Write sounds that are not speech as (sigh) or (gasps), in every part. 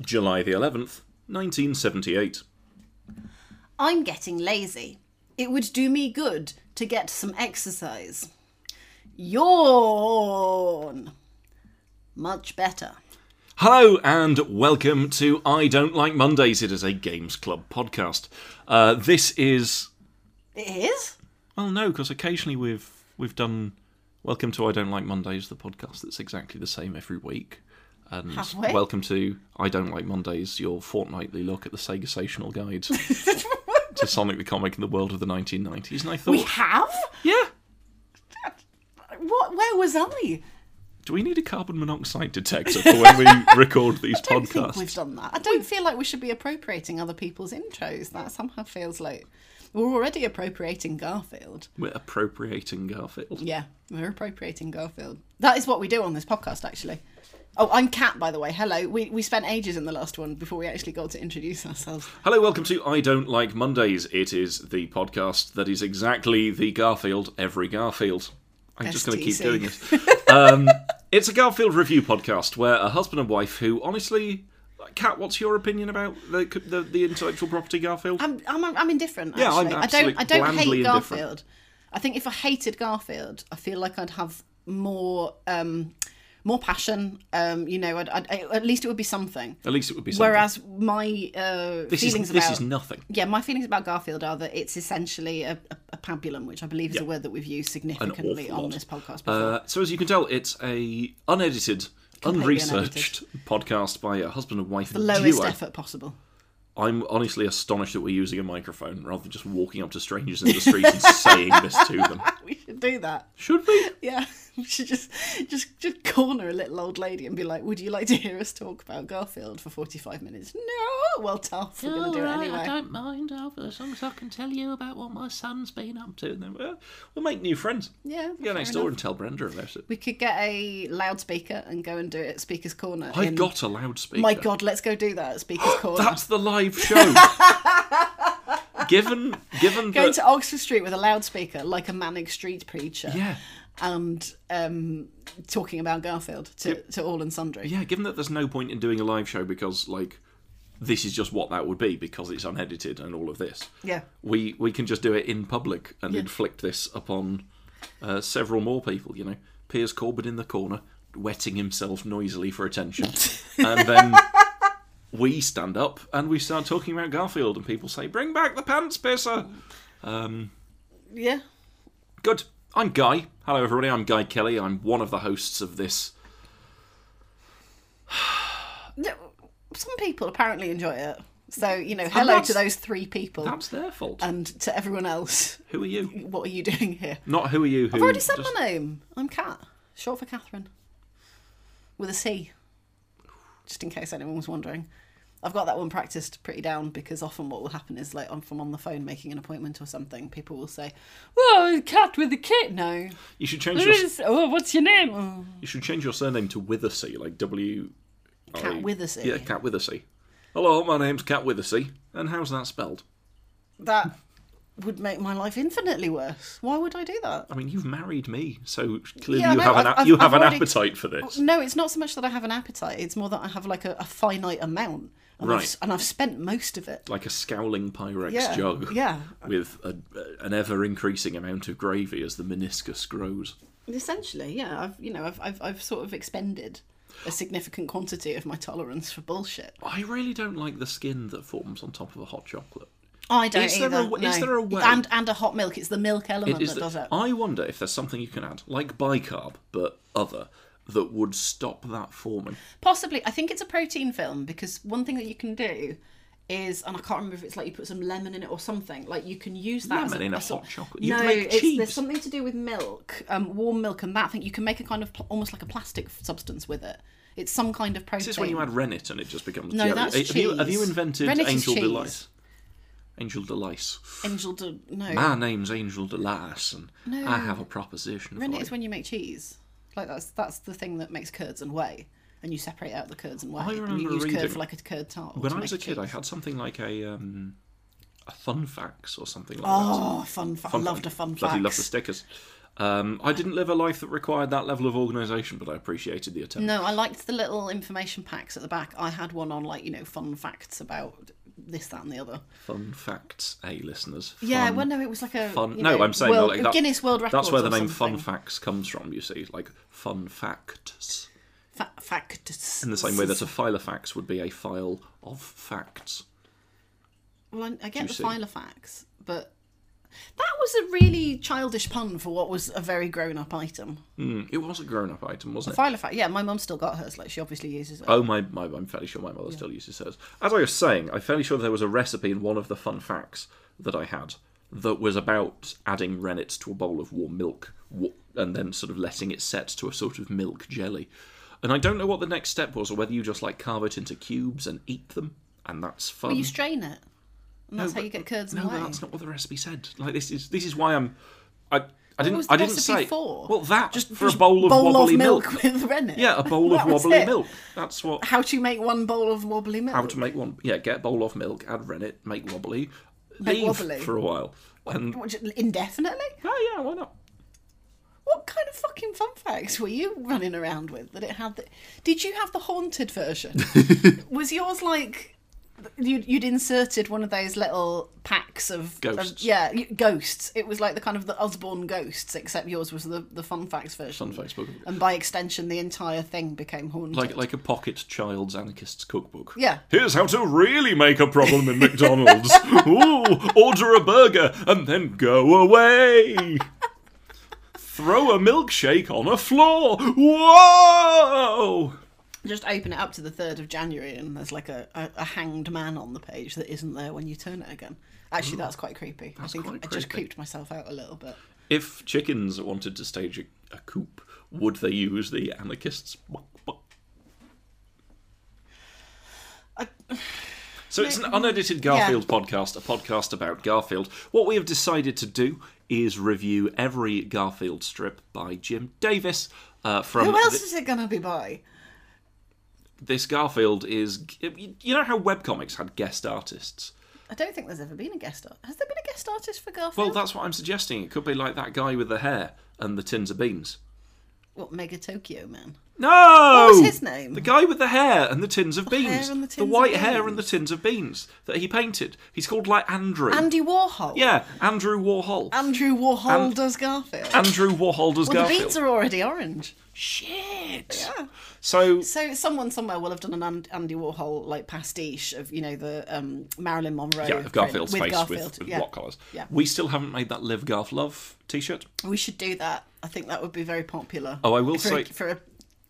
July the 11th, 1978. I'm getting lazy. It would do me good to get some exercise. Yawn! Much better. Hello and welcome to I Don't Like Mondays. It is a Games Club podcast. Uh, this is It is? well, no, because occasionally we've we've done Welcome to I Don't Like Mondays, the podcast that's exactly the same every week, and Have we? Welcome to I Don't Like Mondays, your fortnightly look at the Sega Sational (laughs) Guide to Sonic the Comic and the world of the 1990s. And I thought, We have? yeah, What? Where was I? do we need a carbon monoxide detector for when (laughs) we record these I don't podcasts? think we've done that. I don't feel like we should be appropriating other people's intros. That somehow feels like we're already appropriating Garfield. We're appropriating Garfield. Yeah, we're appropriating Garfield. That is what we do on this podcast, actually. Oh, I'm Kat, by the way. Hello. We, we spent ages in the last one before we actually got to introduce ourselves. Hello, welcome to I Don't Like Mondays. It is the podcast that is exactly the Garfield, every Garfield. I'm just going to keep STC. doing (laughs) it. Um, it's a Garfield review podcast where a husband and wife who, honestly, Kat, what's your opinion about the the, the intellectual property Garfield? I'm I'm, I'm indifferent. Yeah, I'm Actually. I absolutely don't I don't blandly hate indifferent. Garfield. I think if I hated Garfield, I feel like I'd have more um more passion. Um, you know, I'd, I'd, I- at least it would be something. At least it would be something. Whereas my uh, this feelings is this about is nothing. yeah, my feelings about Garfield are that it's essentially a, a, a pabulum, which I believe is a word that we've used significantly awful on lot. this podcast before. Uh, so as you can tell, it's a unedited, unresearched podcast by a husband and wife Lowest duo. effort possible. (laughs) I'm honestly astonished that we're using a microphone rather than just walking up to strangers in the streets and saying this to (laughs) them. We should do that. Should we? Yeah, (laughs) we should just just just corner a little old lady and be like, "Would you like to hear us talk about Garfield for forty-five minutes?" No, well, tough. We're gonna do it Alright, I anyway. don't mind Alfred, as long as I can tell you about what my son's been up to. And then we'll, we'll make new friends. Yeah, Go fair next door and tell Brenda about it. We could get a loudspeaker and go and do it at Speaker's Corner. I've in- got a loudspeaker. My God, let's go do that (gasps) at Speaker's Corner. That's the (laughs) live show. given given Going that. to Oxford Street with a loudspeaker, like a manic street preacher, yeah. and um, talking about Garfield to, to all and sundry. Yeah, given that there's no point in doing a live show because, like, this is just what that would be because it's unedited and all of this. Yeah. We, we can just do it in public and inflict this upon uh, several more people, you know. Piers Corbett in the corner, wetting himself noisily for (laughs) attention. and then we stand up and we start talking about Garfield, and people say, Bring back the pants pisser! yeah. Good. I'm Guy. Hello, everybody. I'm Guy Kelly. I'm one of the hosts of this. No, Some people apparently enjoy it. So you know, And hello that's- to those three people. That's their fault. and to everyone else, (laughs) who are you? what are you doing here? Not who are you. Who I've already said just- my name. I'm Kat, short for Catherine, with a C. Just in case anyone was wondering, I've got that one practiced pretty down because often what will happen is like I'm from on the phone making an appointment or something. People will say, "Well, Cat with a kit." No, You should change there your is. Oh, what's your name? Oh, you should change your surname to Withersea, like W. Cat with a C. Yeah, Cat Withersea. Hello, my name's Cat Withersea, and how's that spelled? That would make my life infinitely worse. Why would I do that? I mean, you've married me, so clearly Yeah, I you know, have an I've- a- I've- you have I've an already- appetite for this. No, it's not so much that I have an appetite. It's more that I have like a, a finite amount, and, I've, Right. s- and I've spent most of it. Like a scowling Pyrex Yeah, jug, yeah. with a, an ever increasing amount of gravy as the meniscus grows. Essentially, yeah. I've you know I've I've, I've sort of expended a significant quantity of my tolerance for bullshit. I really don't like the skin that forms on top of a hot chocolate. I don't Is there either. a w- is no. there a way- And and a hot milk. It's the milk element It is that does that- it. I wonder if there's something you can add, like bicarb, but other, that would stop that forming. Possibly, I think it's a protein film because one thing that you can do is, and I can't remember if it's like you put some lemon in it or something. Like you can use that as Lemon in a sort- hot chocolate? You No, can make it's, there's cheese. something to do with milk, um, warm milk, and that thing. You can make a kind of pl- almost like a plastic f- substance with it. It's some kind of protein. This is when you add rennet and it just becomes No, jelly. that's have, You, have you cheese. invented Rennet is Angel cheese. Delice? Angel Delice. angel de- no. My name's Angel Delice and I have a proposition Rennet for is you. when you make cheese. Like that's that's the thing that makes curds and whey, and you separate out the curds and whey, and you remember use curd reading- for like a curd tart. or When to I make was a kid, I cheese. had something like a um, a fun fax or something like that. oh fun fact! I loved a fun fact. Bloody loved the stickers. Um, I didn't live a life that required that level of organisation, but I appreciated the attempt. No, I liked the little information packs at the back. I had one on like you know fun facts about this, that, and the other. Fun facts, A listeners. Yeah, Fun well, no, it was like a fun. you no, know, I'm saying world, like, that, Guinness World Records. That's where the or name something. "fun facts" comes from. You see, like fun facts. Fa- facts. In the same way that a file of facts would be a file of facts. well, I, I get the juicy. file of facts, but that was a really childish pun for what was a very grown-up item. Mm, it was a grown-up item, wasn't it? File of fact, yeah. My mum still got hers. Like she obviously uses it. Oh my, my! I'm fairly sure my mother still uses hers. As I was saying, I'm fairly sure there was a recipe in one of the fun facts that I had that was about adding rennet to a bowl of warm milk wa- and then sort of letting it set to a sort of milk jelly. And I don't know what the next step was, or whether you just like carve it into cubes and eat them, and that's fun. You strain it, and that's how you get curds and No, whey. but that's not what the recipe said. Like this is this is why I'm. I I didn't was the I didn't recipe say for? well that just Just- for just a bowl of wobbly milk. with rennet. (laughs) Yeah, a bowl of That was wobbly it. milk. That's what How to make one bowl of wobbly milk? how to make one. Yeah, get a bowl of milk, add rennet, make wobbly, Make leave wobbly. for a while, and What, just indefinitely? oh yeah, why not? What kind of fucking fun facts were you running around with that it had? The... Did you have the haunted (laughs) version? Was yours like you'd, you'd inserted one of those little packs of Ghosts. of- yeah, y- ghosts. It was like the kind of the Osborne ghosts, except yours was the the fun facts version. On Facebook, And by extension, the entire thing became haunted. like like a pocket child's anarchist's cookbook. Yeah. Here's how to really make a problem in McDonald's. Ooh, order a burger and then go away. Throw a milkshake on a floor. Whoa! Just open it up to the 3rd of January and there's like a, a, a hanged man on the page that isn't there when you turn it again. Actually, that's quite creepy. I think quite I just creepy. creeped myself out a little bit. If chickens wanted to stage a, a coup, would they use the anarchists? I- So it's an unedited Garfield podcast, a podcast about Garfield. What we have decided to do is review every Garfield strip by Jim Davis. Uh, from Who else thi- is it going to be by? this Garfield is, you know how webcomics had guest artists. I don't think there's ever been a guest artist. Has there been a guest artist for Garfield? Well, that's what I'm suggesting. It could be like that guy with the hair and the tins of beans. what, Mega Tokyo Man? No. What was his name? The guy with the hair and the tins of beans. hair and the tins of white hair and the beans. tins of beans that he painted. He's called like Andrew. Andy Warhol? yeah, Andrew Warhol. Andrew Warhol does Garfield. Andrew Warhol does well, the Garfield. beats are already orange. Shit. Yeah. So So someone somewhere will have done an And- Andy Warhol like pastiche of you know the um, Marilyn Monroe yeah, of print Garfield's with face Garfield. with, with yeah. block colours. Yeah. We still haven't made that Live Garf Love T-shirt. We should do that. I think that would be very popular. Oh, I will for say- a, for a,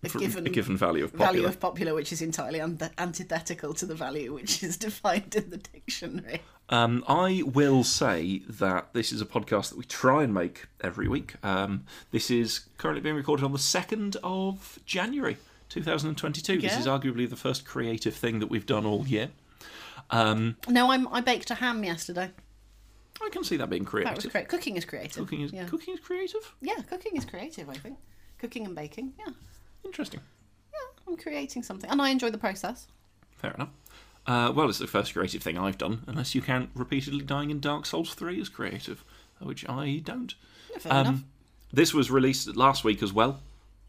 a For given a given value of popular. value of popular, which is entirely un- antithetical to the value which is (laughs) defined in the dictionary. Um, I will say that this is a podcast that we try and make every week. Um, this is currently being recorded on the 2nd of January 2022. This Yeah. is arguably the first creative thing that we've done all year. No, I'm, I baked a ham yesterday. I can see that being That was creative. great. Cooking is creative. Cooking is, yeah. cooking is creative? yeah, cooking is creative. I think cooking and baking. Yeah, Interesting. yeah. I'm creating something, and I enjoy the process. Fair enough. Uh, well, it's the first creative thing I've done, unless you count repeatedly dying in Dark Souls 3 as creative, which I don't. Yeah, fair Um, enough. This was released last week as well.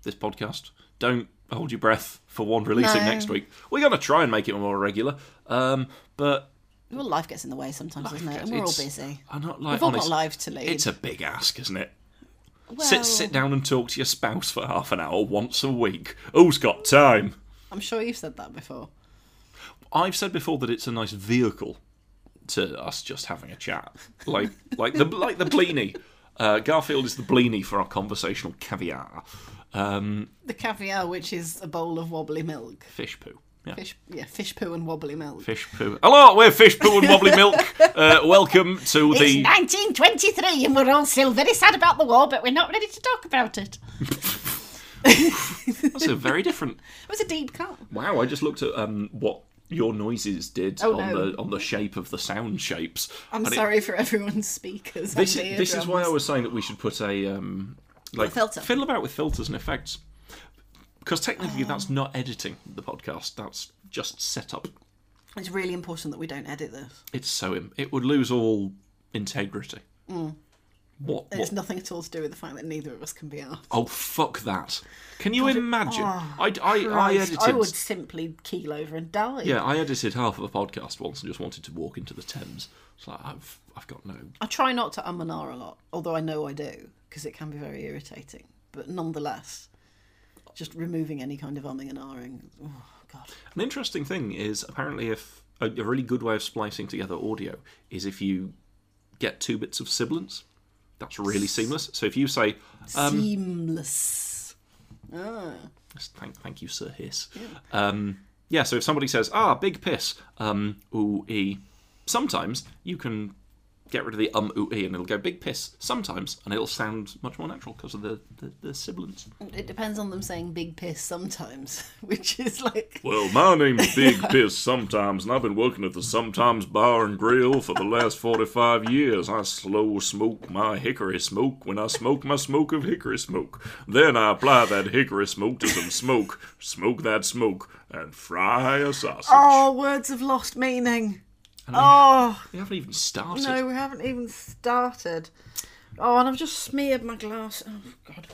This podcast. Don't hold your breath for one releasing No. next week. We're going to try and make it more regular, um, but Well, life gets in the way sometimes, doesn't it? gets- And we're all it's- busy. I'm not like We've all got honest, lives to lead. It's a big ask, isn't it? well, Sit sit down and talk to your spouse for half an hour once a week. Who's got time? I'm sure you've said that before. I've said before that it's a nice vehicle to us just having a chat, (laughs) like like the like the Blini. Uh, Garfield is the Blini for our conversational caviar, um, The caviar, which is a bowl of wobbly milk, fish poo. Yeah. fish, yeah, fish poo and wobbly milk. Fish poo. Hello, we're fish poo and wobbly (laughs) milk. Uh, welcome to the. It's 1923 and we're all still very sad about the war, but we're not ready to talk about it. That's a very different. It was a deep cut. Wow, I just looked at um, what your noises did Oh, on no. the on the shape of the sound shapes. I'm And it- sorry for everyone's speakers. this and is, this is why I eardrums. was saying that we should put a um, like filter. fiddle about with filters and effects because technically Oh. that's not editing the podcast. That's just setup. It's really important that we don't edit this. It's so im- it would lose all integrity. What? And what? Mm. it's nothing at all to do with the fact that neither of us can be asked. Oh fuck that! Can you imagine? I, I, Oh, I Oh, Christ, edited. I would simply keel over and die. Yeah, I edited half of a podcast once and just wanted to walk into the Thames. It's like I've I've got no. I try not to um and ah a lot, although I know I do, because it can be very irritating. But nonetheless, just removing any kind of umming and ahhing. Oh, God. An interesting thing is apparently if a, a really good way of splicing together audio is if you get two bits of sibilance. That's really seamless. So if you say, um, Seamless. thank, thank you, Sir Hiss. Um, yeah, so if somebody says, ah, big piss, um, ooh, e, sometimes you can get rid of the um, ooh, e, and it'll go big piss sometimes, and it'll sound much more natural because of the, the, the sibilance. It depends on them saying big piss sometimes, (laughs) which is like. Well, my name's (laughs) Big Piss Sometimes, and I've been working at the Sometimes Bar and Grill for the last 45 years. I slow smoke my hickory smoke when I smoke my smoke of hickory smoke. Then I apply that hickory smoke to some smoke, smoke that smoke, and fry a sausage. Oh, words have lost meaning. Oh, We haven't even started. no, we haven't even started. Oh, and I've just smeared my glass. Oh, God.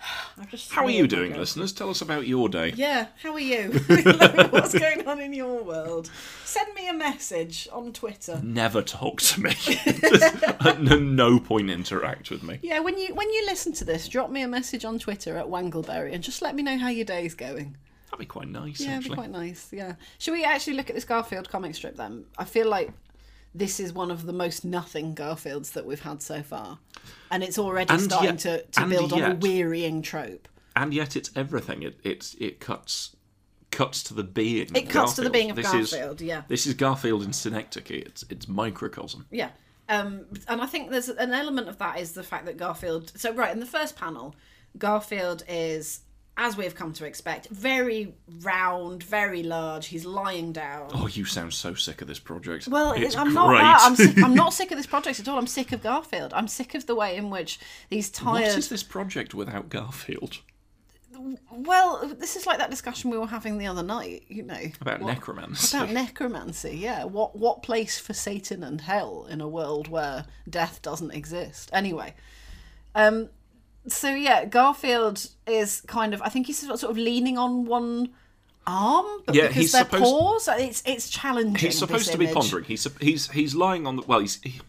(sighs) I've just How are smeared you Oh my doing, glass. listeners? Tell us about your day. Yeah, how are (laughs) you? (laughs) Like, What's going on in your world? Send me a message on Twitter. Never talk to (laughs) me. (laughs) At no- no point interact with me. Yeah, when you when you listen to this, drop me a message on Twitter at Wangleberry and just let me know how your day's going. That'd be quite nice, Yeah, it'd be actually. quite nice. Yeah. Should we actually look at this Garfield comic strip then? I feel like this is one of the most nothing Garfields that we've had so far. And it's already And starting yet- to, to and build on a yet- wearying trope. and yet it's everything. It it's it cuts cuts to the being. It cuts to the being of this Garfield, Is, yeah. this is Garfield in synecdoche. It's it's microcosm. Yeah. Um, and I think there's an element of that is the fact that Garfield. So, right, in the first panel, Garfield is, as we've come to expect, very round, very large. He's lying down. Oh, you sound so sick of this project. Well, it's I'm great. not that. (laughs) I'm, sick, I'm not sick of this project at all. I'm sick of Garfield. I'm sick of the way in which these what tired. is this project without Garfield? Well, this is like that discussion we were having the other night, you know. About necromancy. About necromancy, yeah. What what place for Satan and hell in a world where death doesn't exist? Anyway, um, so yeah, Garfield is kind of. I think he's sort of leaning on one arm, but Yeah, because he's they're supposed- paws, it's it's challenging. (laughs) he's supposed this to be image. pondering. He's sup- he's he's lying on the well. He's he,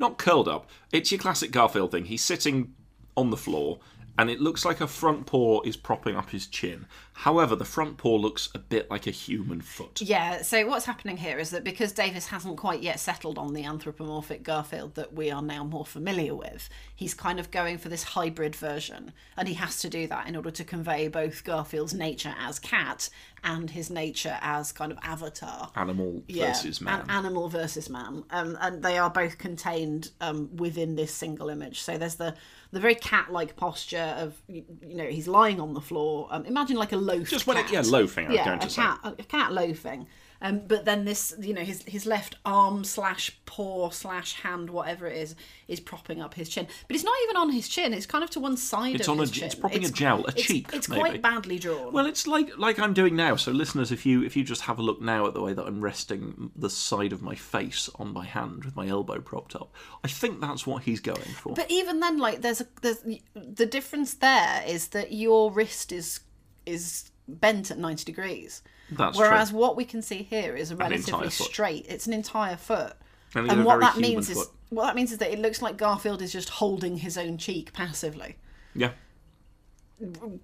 not curled up. It's your classic Garfield thing. He's sitting on the floor, and it looks like a front paw is propping up his chin. However, the front paw looks a bit like a human foot. Yeah, so what's happening here is that because Davis hasn't quite yet settled on the anthropomorphic Garfield that we are now more familiar with, he's kind of going for this hybrid version. And he has to do that in order to convey both Garfield's nature as cat and his nature as kind of avatar. Animal versus man. An animal versus man. Um, and they are both contained um, within this single image. So there's the, the very cat like posture of, you, you know, he's lying on the floor. Um, imagine like a loaf. Just when it, cat yeah, loafing. I was yeah, going a to say. cat, a cat loafing. Um, but then this, you know, his his left arm slash paw slash hand, whatever it is, is propping up his chin. But it's not even on his chin; it's kind of to one side. It's of on a his j- chin. it's propping a jowl, a it's- cheek, It's maybe. quite badly drawn. Well, it's like like I'm doing now. So, listeners, if you if you just have a look now at the way that I'm resting the side of my face on my hand with my elbow propped up, I think that's what he's going for. but even then, like, there's a there's the difference there is that your wrist is is bent at ninety degrees, that's whereas true. what we can see here is a relatively entire foot. straight. It's an entire foot. And he's and a what very that human means is foot. what that means is that it looks like Garfield is just holding his own cheek passively. Yeah.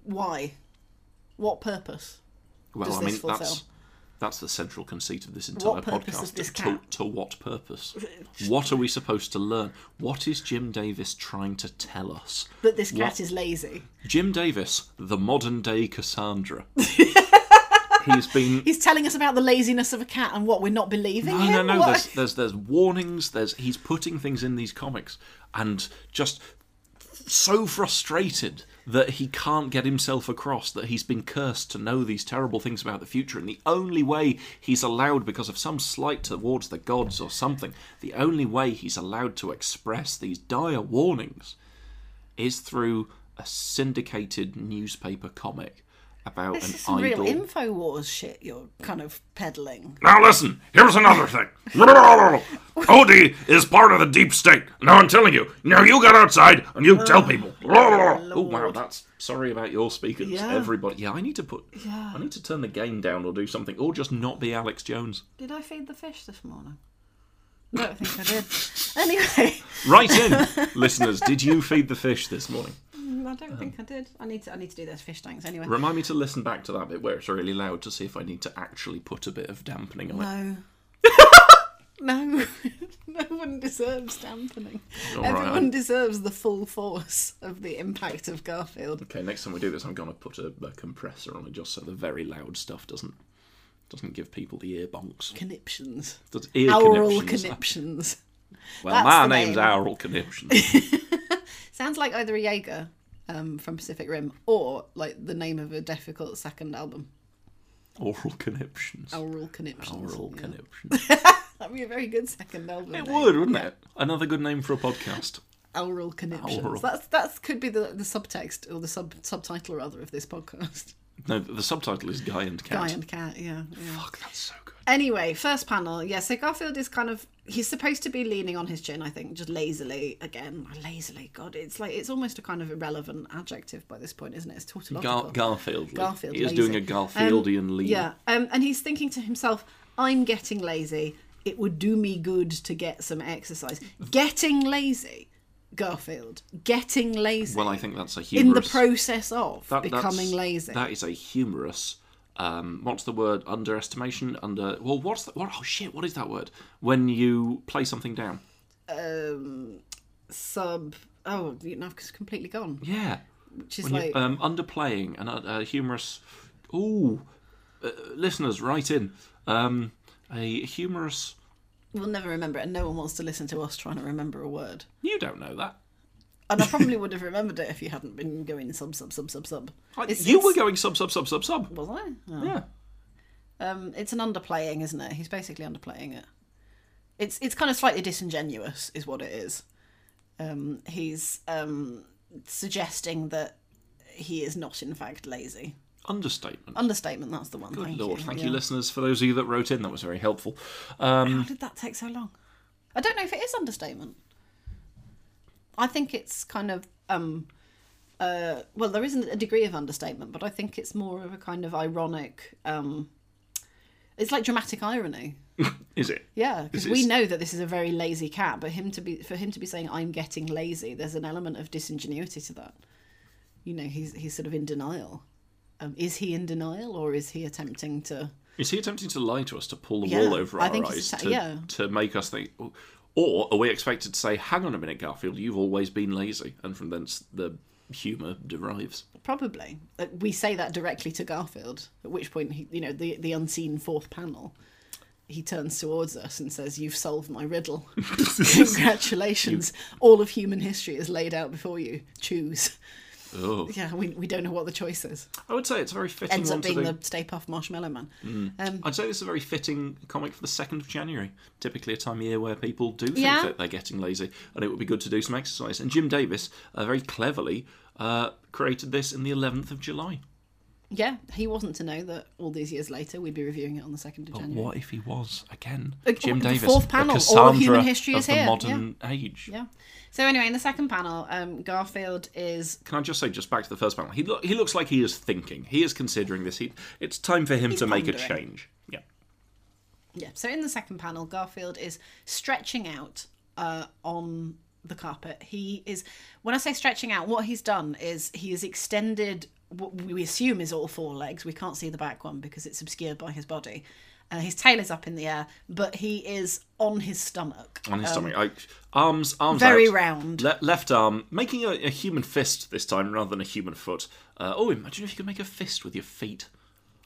Why? What purpose? Well, does I mean this that's fulfill? that's the central conceit of this entire What purpose podcast. does this to, cat- to what purpose? (laughs) What are we supposed to learn? What is Jim Davis trying to tell us? That this cat What- is lazy. Jim Davis, the modern day (laughs) Cassandra. He's been He's telling us about the laziness of a cat and what we're not believing No, him. no, no. What- There's, there's there's warnings. There's he's putting things in these comics, and just so frustrated that he can't get himself across that he's been cursed to know these terrible things about the future and the only way he's allowed because of some slight towards the gods or something the only way he's allowed to express these dire warnings is through a syndicated newspaper comic about (laughs) This an is some real idol. InfoWars shit you're kind of peddling. Now listen, here's another thing. (laughs) Odie is part of the deep state. Now I'm telling you. Now you get outside and you tell (laughs) people. (laughs) oh wow, that's sorry about your speakers. Yeah. Everybody, yeah, I need to put. Yeah. I need to turn the game down or do something, or just not be Alex Jones. Did I feed the fish this morning? (laughs) No, I don't think I did. Anyway, Right (laughs) in, listeners. Did you feed the fish this morning? Mm, I don't Um. think I did. I need to. I need to do those fish tanks anyway. Remind me to listen back to that bit where it's really loud to see if I need to actually put a bit of dampening on No. (laughs) no. (laughs) no one deserves dampening. All right. Everyone deserves the full force of the impact of Garfield. it. Okay, next time we do this, I'm gonna put a, a compressor on it just so the very loud stuff doesn't doesn't give people the ear bonks. Conniptions. Does- Ear Aural conniptions. conniptions. Well, That's my the name's name. Aural (laughs) Conniptions. Sounds like either a Jaeger um, from Pacific Rim or like the name of a difficult second album. Oral Conniptions. Aural Conniptions. Oral Yeah. (laughs) Conniptions. That'd be a very good second album. It name. would, wouldn't it? Another good name for a podcast. Aural Conniptions. Aural. That's that's could be the, the subtext or the sub subtitle rather of (laughs) this podcast. No, the subtitle is Guy and Cat. Guy and Cat, yeah. yeah. Fuck, that's so good. Anyway, first panel. Yeah, so Garfield is kind of he's supposed to be leaning on his chin, I think, just lazily again. Lazily, God, it's like it's almost a kind of irrelevant adjective by this point, isn't it? It's tautological. Gar- Garfield. Garfield He is lazy. doing a Garfieldian Um, lean. Yeah, um, and he's thinking to himself, "I'm getting lazy. It would do me good to get some exercise. Getting lazy, Garfield. Getting lazy. Well, I think that's a humorous. in the process of that- that's- becoming lazy. That is a humorous. Um, what's the word? Underestimation. Under. Well, what's the, what? Oh shit! What is that word? When you play something down. Um, Sub. Oh, you know, I've completely gone. Yeah. Which is When like you, um, underplaying and a, a humorous. Ooh, uh, listeners, write in. Um, a humorous. We'll never remember it, and no one wants to listen to us trying to remember a word. You don't know that. And I probably would have remembered it if you hadn't been going sub sub sub sub sub. I- It's- Oh, you it's- were going sub sub sub sub sub. was I? Oh. Yeah. Um, it's an underplaying, isn't it? He's basically underplaying it. It's it's kind of slightly disingenuous, is what it is. Um, he's um, suggesting that he is not in fact lazy. Understatement. Understatement. That's the one. Good Oh, thank lord, you. thank Yeah. you, listeners, for those of you that wrote in. That was very helpful. Um, How did that take so long? I don't know if it is understatement. I think it's kind of um uh well there isn't a degree of understatement, but I think it's more of a kind of ironic um it's like dramatic irony. is it? Yeah, because Is we it's- know that this is a very lazy cat, but him to be for him to be saying I'm getting lazy, there's an element of disingenuity to that. You know, he's he's sort of in denial. Um, is he in denial or is he attempting to Is he attempting to lie to us to pull the Yeah, wall over I our think eyes he's atta- to, yeah. to make us think? Or are we expected to say, "Hang on a minute, Garfield, you've always been lazy," and from thence the humour derives? Probably. Uh, We say that directly to Garfield, at which point, he, you know, the, the unseen fourth panel, he turns towards us and says, You've solved my (laughs) riddle. Congratulations. All of human history is laid out before you. Choose. Oh, Yeah, we, we don't know what the choice is. I would say it's a very fitting Ends one up to being do. Mm. the Stay Puft Marshmallow Man. Um, I'd say this is a very fitting comic for the second of January, typically a time of year where people do think Yeah. that they're getting lazy, and it would be good to do some exercise. And Jim Davis uh, very cleverly uh, created this in the eleventh of July. yeah, he wasn't to know that all these years later we'd be reviewing it on the 2nd of But January. Oh, what if he was again? Uh, Jim the Davis, fourth the panel, all of Cassandra human history of is the here, modern age. Yeah. So, anyway, in the second panel, um, Garfield is. Can I just say, just back to the first panel, he look he looks like he is thinking. He is considering this. He it's time for him to make a pondering. change. Yeah, Yeah. So in the second panel, Garfield is stretching out uh, on the carpet. He is, when I say stretching out, what he's done is he has extended what we assume is all four legs. We can't see the back one because it's obscured by his body. Uh, his tail is up in the air, but he is on his stomach. on his stomach, I, arms arms Um, very out. round. Le- left arm making a, a human fist this time rather than a human foot. Uh, oh, imagine if you could make a fist with your feet.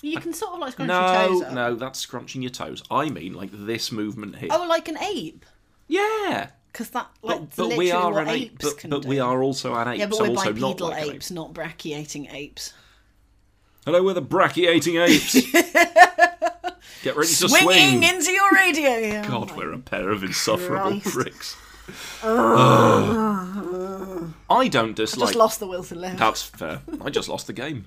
You can sort of like scrunch your No, toes up. no, that's scrunching your toes. I mean, like this movement here. Oh, like an ape. Yeah, Because that, like, but, but literally we are what an ape. apes But, can but do. we are also an ape. Yeah, but so we're also not bipedal like an ape. apes, not brachiating apes. Hello, we're the brachiating (laughs) apes. Get ready to Winging swing. into your radio. Yeah. God, we're a pair of insufferable Christ. pricks. Ugh. I don't dislike. Just lost the will to live. That's fair. I just lost the game.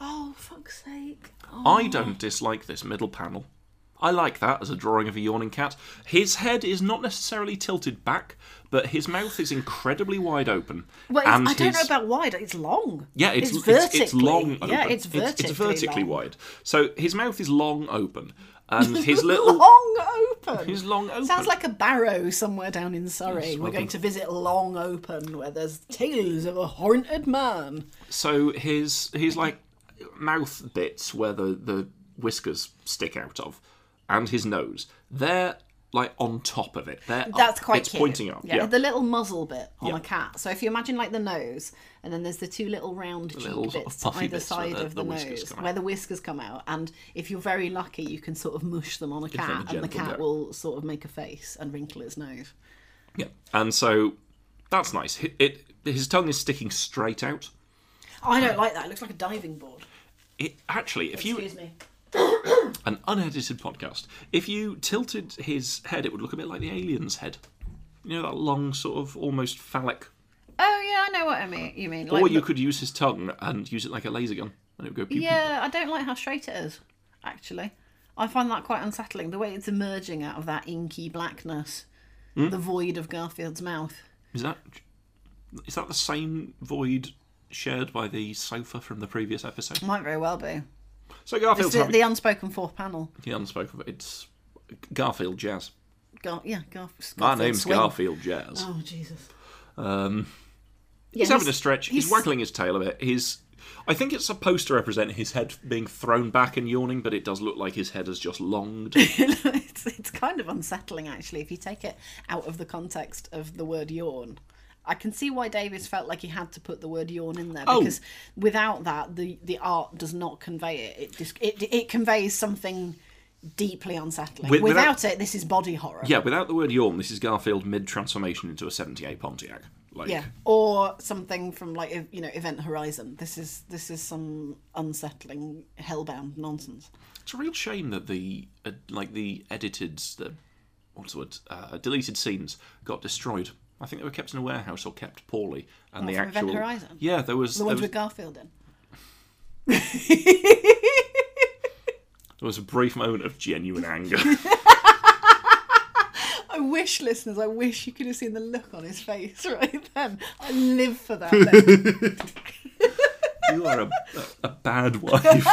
Oh, fuck fuck's sake. I don't dislike this middle panel. I like that as a drawing of a yawning cat. His head is not necessarily tilted back, but his mouth is incredibly wide open. Well, it's, and I don't know his- about wide. It's long. Yeah, it's it's it's, vertically. it's long. Open. Yeah, it's vertically. It's, vertically long. wide. So his mouth is long open, and (laughs) his little Long open. (laughs) his long open. Sounds like a barrow somewhere down in Surrey. Yes, We're well going done. to visit Long Open, where there's tales of a haunted man. so his his like mouth bits where the the whiskers stick out of, and his nose. They're like on top of it. They're up. That's quite It's cute. pointing up. Yeah. The little muzzle bit on Yeah. a cat. So if you imagine like the nose, and then there's the two little round cheek little sort of bits puffy either bits where side the- of the the, whiskers nose, come out. where the whiskers come out. And if you're very lucky, you can sort of mush them on a them cat, a and the gentle cat go. will sort of make a face and wrinkle its nose. Yeah, and so that's nice. Hi- It, his tongue is sticking straight out. I don't like that. It looks like a diving board. It actually, if you Excuse me. an unedited podcast, if you tilted his head, it would look a bit like the alien's head. You know that long, sort of almost phallic. Oh yeah, I know what I mean. You mean like Or you could use his tongue and use it like a laser gun, and it would go. Pew, pew. Yeah, I don't like how straight it is, actually. I find that quite unsettling, the way it's emerging out of that inky blackness, Hmm? the void of Garfield's mouth. Is that is that the same void shared by the sofa from the previous episode? Might very well be. So Garfield's It's the, having, the unspoken fourth panel. the unspoken. It's Garfield jazz. Gar- yeah, Garf- Garfield. My name's swing. Garfield jazz. Oh, Jesus. he's having a stretch. He's, he's- waggling his tail a bit. He's, I think it's supposed to represent his head being thrown back and yawning, but it does look like his head has just (laughs) longed. it's, it's kind of unsettling, actually, if you take it out of the context of the word yawn. I can see why Davis felt like he had to put the word yawn in there Oh. because without that, the, the art does not convey it. It just it, it conveys something deeply unsettling. With- without, without- it, this is body horror. yeah, without the word yawn, this is Garfield mid transformation into a '78 Pontiac. Like, Yeah, or something from like ev- you know Event Horizon. This is this is some unsettling, hellbound nonsense. it's a real shame that the uh, like the edited the what's the word uh, deleted scenes got destroyed. I think they were kept in a warehouse or kept poorly, and the from Event actual Horizon? yeah, there was The there ones was, with Garfield in. there was a brief moment of genuine (laughs) anger. I wish, listeners, I wish you could have seen the look on his face (laughs) right then. I live for that. (laughs) bit. you are a, a, a bad (laughs) wife.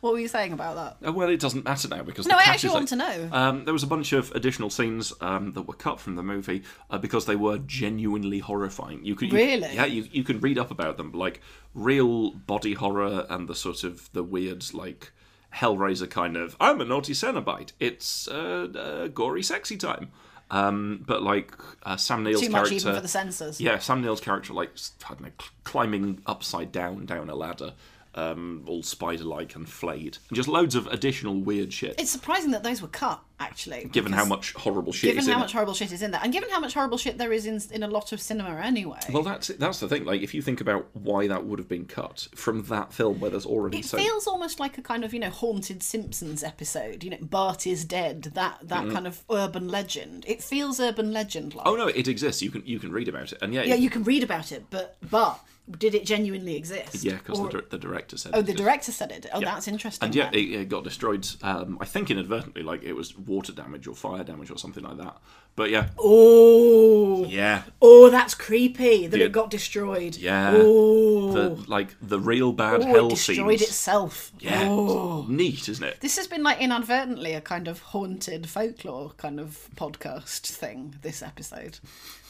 what were you saying about that? Uh, Well, it doesn't matter now because No, the I cat actually is want like- to know. Um, there was a bunch of additional scenes um, that were cut from the movie uh, because they were genuinely horrifying. You could you- Really? yeah, you you can read up about them, like real body horror and the sort of the weird like Hellraiser kind of. I'm a naughty Cenobite. It's uh, uh, gory, sexy time. Um, but like uh, Sam Neill's Too much character, even for the censors. yeah, Sam Neill's character, like, s- I don't know, cl- climbing upside down down a ladder, um, all spider like and flayed. And just loads of additional weird shit, It's surprising that those were cut, actually. given how because- much horrible shit given is in how it. much horrible shit is in there, and given how much horrible shit there is in in a lot of cinema anyway. well, that's it- that's the thing. Like, if you think about why that would have been cut from that film, where there's already It so feels almost like a kind of you know haunted Simpsons episode. You know, Bart is dead. That that kind of urban legend. It feels urban legend like. Mm-hmm. oh no, it exists. You can you can read about it, and yeah, Yeah, you can read about it, but but did it genuinely exist? yeah, because Or- the, dir- the director said oh, it the exists. director said it. Oh, that's interesting. And yeah, then. it, it got destroyed. Um, I think inadvertently, like it was water damage or fire damage or something like that. But yeah, oh, yeah, oh, that's creepy that Yeah. it got destroyed. Yeah. Oh, the like the real bad Oh, hell it destroyed scenes. itself. Yeah, it's Oh. neat, isn't it? This has been like inadvertently a kind of haunted folklore kind of podcast thing. This episode,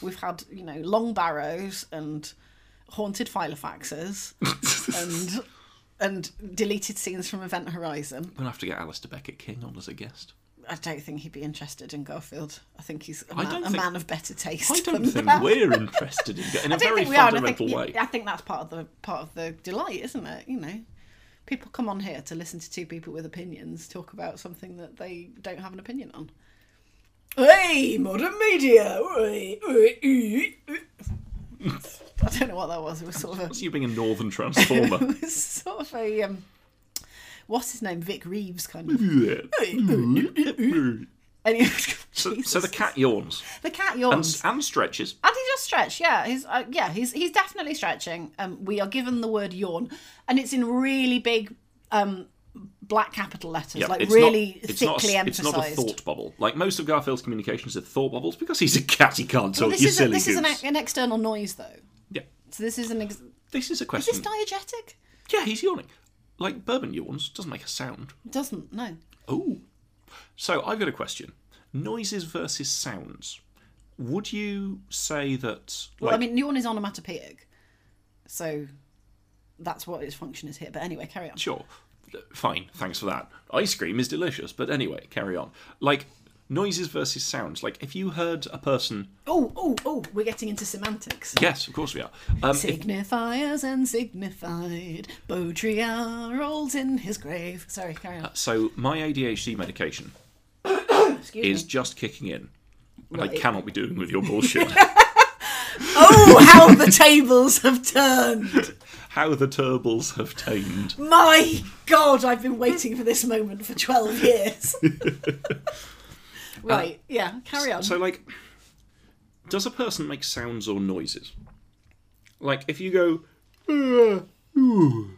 we've had you know long barrows and haunted (laughs) filofaxes and and deleted scenes from Event Horizon. We'll have to get Alistair Beckett King on as a guest. I don't think he'd be interested in Garfield. I think he's a, I man, don't a think- man of better taste. I don't than think that. we're interested in in a (laughs) I don't very think we are, and I fundamental think- way. I think that's part of the part of the delight, isn't it? You know, people come on here to listen to two people with opinions talk about something that they don't have an opinion on. Hey, modern media. Oi, oi, oi, oi. I don't know what that was. It was sort of a (laughs) That's you being a Northern Transformer. it was sort of a um, what's his name, Vic Reeves kind of. Anyway, (laughs) so, so Jesus. the cat yawns the cat and, yawns. and stretches. And he just stretched, yeah. He's uh, yeah, he's he's definitely stretching. Um, we are given the word yawn, and it's in really big black capital letters, Yeah, like it's really not, it's thickly not a, emphasized. It's not a thought bubble. Like most of Garfield's communications are thought bubbles because he's a cat. He can't talk. Well, this you is, a, silly this is an, goose. ex- an external noise, though. yeah, So this is an. Ex- is this is a question. this diegetic? yeah, he's yawning. Like bourbon yawns doesn't make a sound. It doesn't, no. Oh, so I've got a question: noises versus sounds. Would you say that? Well, like, I mean, Nuon is onomatopoeic. So that's what its function is here. But anyway, carry on. Sure. Fine. Thanks for that. Ice cream is delicious, but anyway, carry on. Like noises versus sounds. Like if you heard a person, Oh, oh, oh, we're getting into semantics. yes, of course we are. Um, if, Signifiers and signified. Baudrillard rolls in his grave. Sorry, carry on. so my ADHD medication Excuse is me. just kicking in, and I Right. cannot be doing with your bullshit. Oh, how (laughs) the tables have turned! How the turbles have tamed. My God, I've been waiting for this moment for 12 years. (laughs) right, yeah, carry on. uh, So like, does a person make sounds or noises? Like if you go, "Uh, ooh,"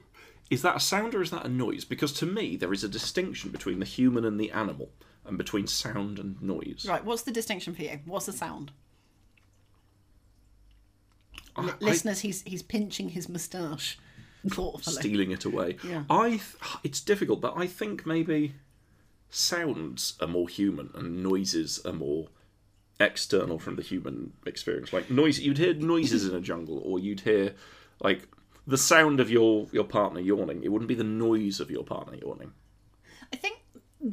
is that a sound or is that a noise? Because to me, there is a distinction between the human and the animal, and between sound and noise. right, what's the distinction for you? What's the sound? Uh, I- I- Listeners, he's he's pinching his moustache thoughtfully. stealing it away. Yeah. I, th- it's difficult, but I think maybe sounds are more human and noises are more external from the human experience. Like noise, you'd hear noises in a jungle, or you'd hear like the sound of your your partner yawning. It wouldn't be the noise of your partner yawning. I think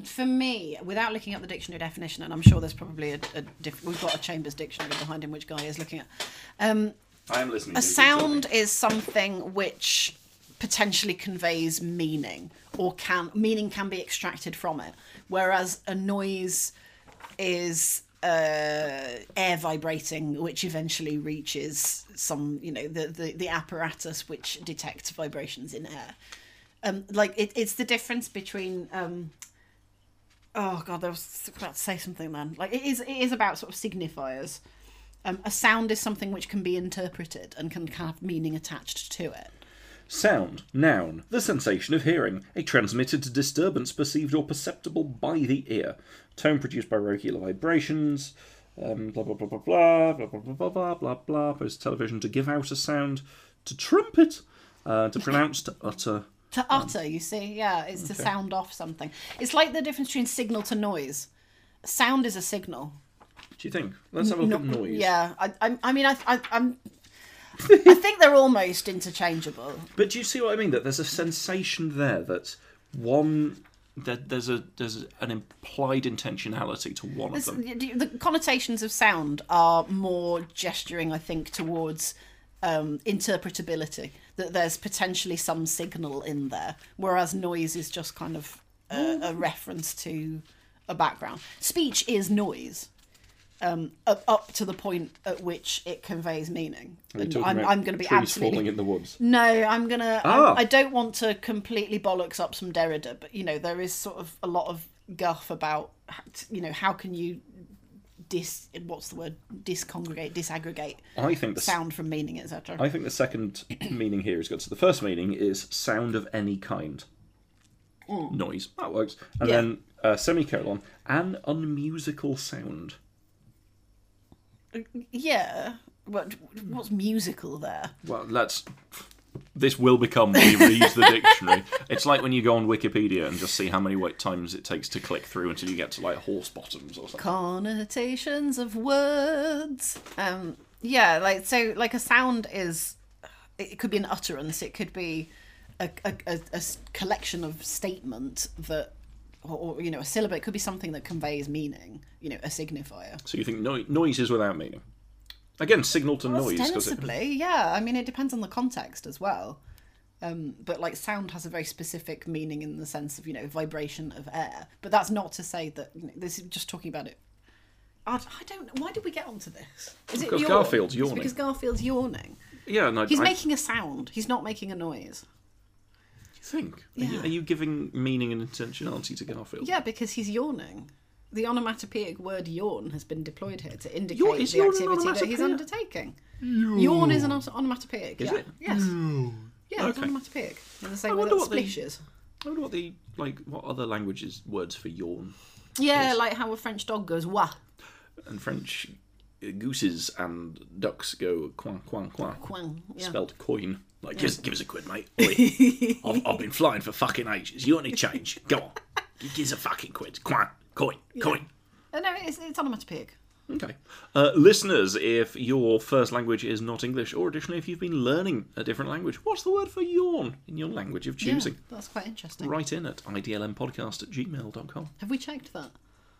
for me, without looking up the dictionary definition, and I'm sure there's probably a, a diff- we've got a Chambers dictionary behind him, which Guy is looking at. Um, I am listening. a sound is something which potentially conveys meaning, or can meaning can be extracted from it, whereas a noise is uh, air vibrating, which eventually reaches some, you know, the, the, the apparatus which detects vibrations in air. Um, like it, it's the difference between. Um, oh god, I was about to say something then. Like it is, it is about sort of signifiers. Um, a sound is something which can be interpreted and can have meaning attached to it. Sound, noun, the sensation of hearing, a transmitted disturbance perceived or perceptible by the ear. Tone produced by regular vibrations, um, blah blah blah blah blah, blah blah blah blah blah blah blah, post television to give out a sound, to trumpet, uh, to pronounce, to utter. To utter, you see, yeah, it's to sound off something. It's like the difference between signal to noise. Sound is a signal. Do you think? Let's have a look at noise. Yeah, I, I, I mean, I, I, I'm. I think they're almost interchangeable. But do you see what I mean? That there's a sensation there that one that there's a there's an implied intentionality to one of It's- them. the the connotations of sound are more gesturing, I think, towards um, interpretability. That there's potentially some signal in there, whereas noise is just kind of a, Mm. a reference to a background. Speech is noise. Um, up, up to the point at which it conveys meaning. We're And talking I'm, about I'm going to be trees absolutely falling in the woods. no, I'm gonna. Ah. I, I don't want to completely bollocks up some Derrida, but you know there is sort of a lot of guff about h- you know how can you dis what's the word discongregate disaggregate I think the sound from meaning etc. I think the second (clears throat) meaning here is good. So the first meaning is sound of any kind. Noise. That works. And Mm. Yeah. then uh, semicolon, an unmusical sound. Yeah, what what's musical there? Well, let's. This will become we read the (laughs) dictionary. It's like when you go on Wikipedia and just see how many wait times it takes to click through until you get to like horse bottoms or something. Connotations of words. Um, yeah, like so, like a sound is. It could be an utterance. It could be a, a, a, a s- collection of statement that, or, or you know, a syllable. It could be something that conveys meaning. You know, a signifier. So you think no- noise is without meaning. Again, signal to noise. 'cause it- Ostensibly, yeah. I mean, it depends on the context as well. Um, but like sound has a very specific meaning in the sense of you know vibration of air. But that's not to say that you know, this is just talking about it. I, I don't. know. Why did we get onto this? Is it Because yawn? Garfield's It's yawning. because Garfield's yawning. yeah, no, He's I making a sound. He's not making a noise. think. Are, you, Yeah. are you giving meaning and intentionality to Garfield? Yeah, because he's yawning. The onomatopoeic word yawn has been deployed here to indicate Yawn- is the yawn an activity that he's onomatopoeia? undertaking. Yawn is an onomatopoeic. Is yeah. it? Yes. Yeah, it's Okay. onomatopoeic. In the same I way wonder that what the- splish is. I wonder what the like what other languages words for yawn Yeah, like how a French dog goes wah, and French uh, gooses and ducks go quang quang quang. quang. Yeah. Spelt coin. Like, just give us a quid, mate. (laughs) Oi. I've, I've been flying for fucking ages. You want any change? Go on. Give us a fucking quid. Quang. Coin. Coin. Uh, no, it's, it's onomatopoeic. Okay. Uh, listeners, if your first language is not English, or additionally, if you've been learning a different language, what's the word for yawn in your language of Yeah, choosing? that's quite interesting. Write in at idlmpodcast at gmail.com. Have we checked that?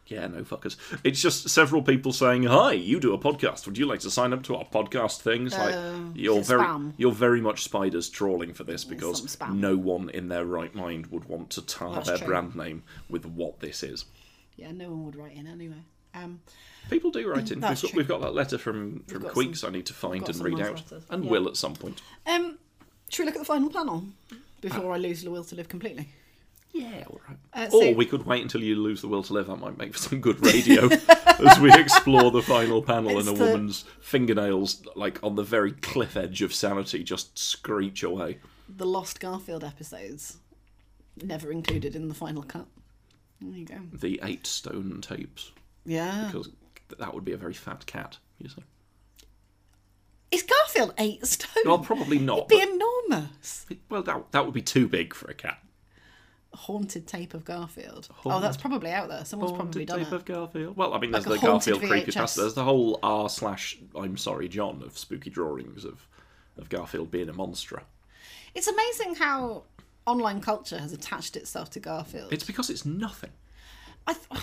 Yeah, no fuckers. It's just several people saying, "Hi, you do a podcast. Would you like to sign up to our podcast thing?" It's like Oh, you're is it very, spam? you're very much spiders trawling for this because some spam. no one in their right mind would want to tar That's their true. brand name with what this is. Yeah, no one would write in anyway. Um, People do write in. We've Mm, That's got, true. we've got that letter from from got Queeks. I need to find got and some read nice out, letters, and yeah. will at some point. um, should we look at the final panel before Uh. I lose the will to live completely? Yeah, all right. Uh, or so- we could wait until you lose the will to live. That might make for some good radio (laughs) as we explore the final panel It's and a the- woman's fingernails, like on the very cliff edge of sanity, just screech away. The Lost Garfield episodes never included in the final cut. There you go. The eight stone tapes, Yeah. because that would be a very fat cat, you see. Is Garfield eight stone? Well, probably not. be enormous. but- well, that, that would be too big for a cat. Haunted tape of Garfield. oh, Haunted- that's probably out there. Someone's probably Haunted done tape it. of Garfield. Well, I mean, there's Like a the haunted Garfield creepypasta. VHS. There's the whole r slash I'm sorry John of spooky drawings of of Garfield being a monster. It's amazing how online culture has attached itself to Garfield. It's because it's nothing. I, (sighs) th-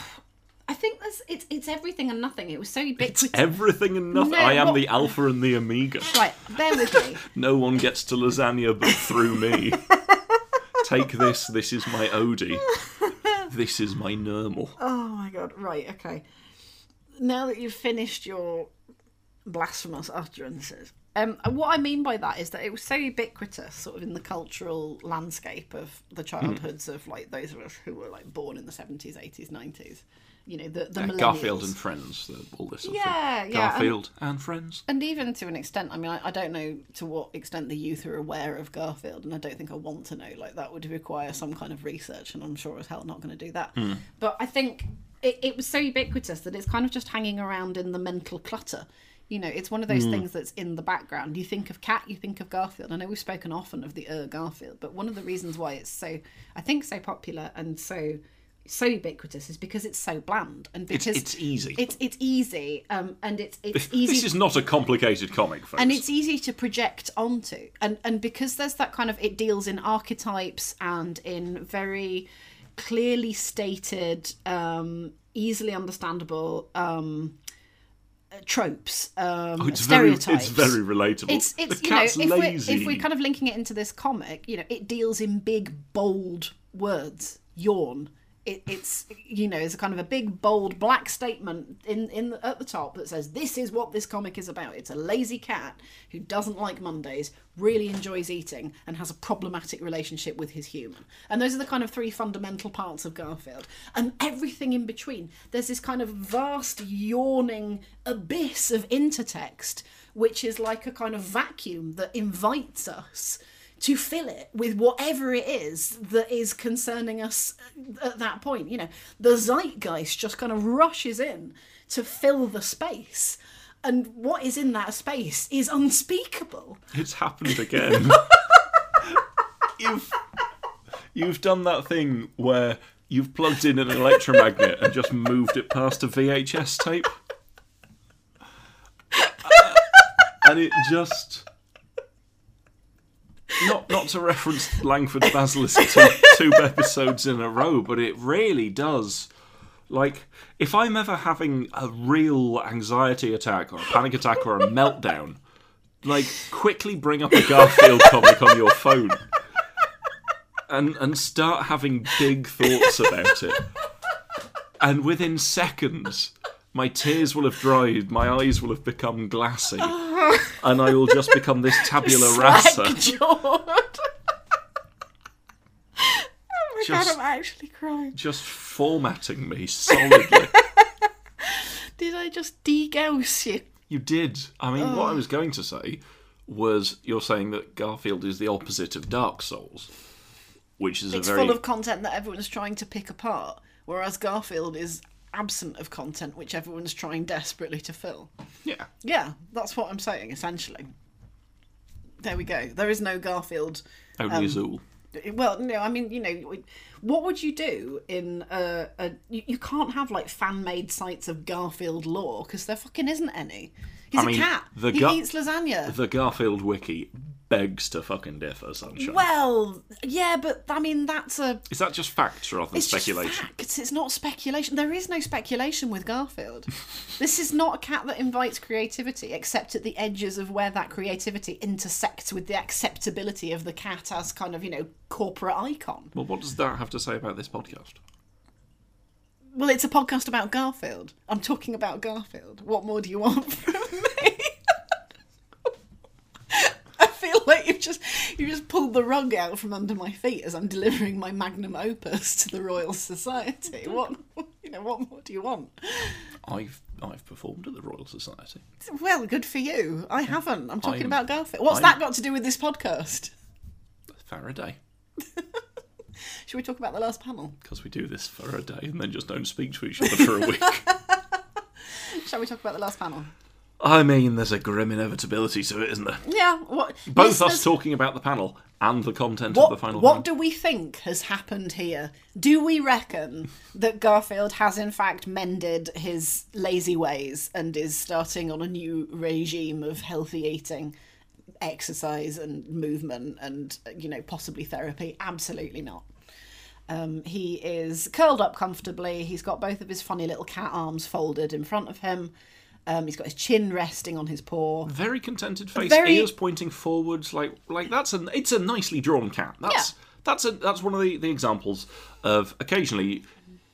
I think this it's it's everything and nothing. It was so ubiquitous. Everything and nothing. No, I am what- the Alpha and the Omega. Right, bear with me. No one gets to lasagna but through (laughs) me. Take this. This is my Odie. This is my normal. oh my god, right, okay. Now that you've finished your blasphemous utterances, um, what I mean by that is that it was so ubiquitous, sort of in the cultural landscape of Hmm. the childhoods of like those of us who were like born in the 70s, 80s, 90s. You know, the, the millennials. Garfield and friends. the- All this. Sort of thing. Yeah, yeah, and- Garfield and friends. And even to an extent, I mean, I, I don't know to what extent the youth are aware of Garfield, and I don't think I want to know. Like, that would require some kind of research, and I'm sure as hell not going to do that. Hmm. But I think it, it was so ubiquitous that it's kind of just hanging around in the mental clutter. You know, it's one of Hmm. those things that's in the background. You think of Cat, you think of Garfield. I know we've spoken often of the Er Garfield, but one of the reasons why it's so, I think, so popular and so so ubiquitous is because it's so bland and because it's easy. It's it's easy, um, and it's it's easy (laughs) This is not a complicated comic, folks. and it's easy to project onto and and because there's that kind of it deals in archetypes and in very clearly stated um easily understandable um uh, tropes um Oh, it's stereotypes Very, it's very relatable. it's it's the you know cat's if we're, lazy. if we're kind of linking it into this comic you know it deals in big bold words yawn it, it's you know it's a kind of a big bold black statement in in the, at the top that says this is what this comic is about it's a lazy cat who doesn't like mondays really enjoys eating and has a problematic relationship with his human and those are the kind of three fundamental parts of garfield and everything in between there's this kind of vast yawning abyss of intertext which is like a kind of vacuum that invites us to fill it with whatever it is that is concerning us at that point. You know, the zeitgeist just kind of rushes in to fill the space. And what is in that space is unspeakable. It's happened again. (laughs) you've you've done that thing where you've plugged in an electromagnet and just moved it past a VHS tape, Uh, and it just. Not not to reference Langford Basilisk two, two episodes in a row, but it really does. Like, if I'm ever having a real anxiety attack or a panic attack or a meltdown, like quickly bring up a Garfield comic on your phone and and start having big thoughts about it. And within seconds, my tears will have dried, my eyes will have become glassy, and I will just become this tabula rasa. Jord. (laughs) Oh Just, actually crying. just formatting me (laughs) solidly. Did I just degauss you? You did. I mean, what Oh. I was going to say was you're saying that Garfield is the opposite of Dark Souls. which is it's a very full of content that everyone's trying to pick apart, whereas Garfield is absent of content which everyone's trying desperately to fill. yeah. Yeah, that's what I'm saying, essentially. There we go. There is no Garfield. Only Azul. Well, No, I mean, you know, what would you do in a. a you, you can't have like fan made sites of Garfield lore, because there fucking isn't any. He's a mean, cat. the he Gar- eats lasagna. The Garfield wiki begs to fucking differ, sunshine. Well, yeah, but I mean, that's a is that just facts rather than It's just speculation? facts. It's not speculation. There is no speculation with (laughs) Garfield. this is not a cat that invites creativity, except at the edges of where that creativity intersects with the acceptability of the cat as kind of, you know, corporate icon. Well, what does that have to say about this podcast? Well, it's a podcast about Garfield. I'm talking about Garfield. What more do you want (laughs) from me? I feel like you've just you just pulled the rug out from under my feet as I'm delivering my magnum opus to the Royal (laughs) Society. What you know, what more do you want? I've I've performed at the Royal Society. Well, good for you. I haven't. I'm talking I'm- about Garfield. What's I'm- that got to do with this podcast? Faraday, Should we talk about the last panel? because we do this for a day and then just don't speak to each other (laughs) for a week. Shall we talk about the last panel? I mean, there's a grim inevitability to it, isn't there? Yeah. What Both us listeners- talking about the panel and the content What, of the final. what round. do we think has happened here? Do we reckon that Garfield has in fact mended his lazy ways and is starting on a new regime of healthy eating, exercise, and movement, and you know possibly therapy? Absolutely not. Um, he is curled up comfortably. He's got both of his funny little cat arms folded in front of him. Um, he's got his chin resting on his paw. Very contented face, very- ears pointing forwards, like like that's a it's a nicely drawn cat. That's that's a that's one of the, the examples of occasionally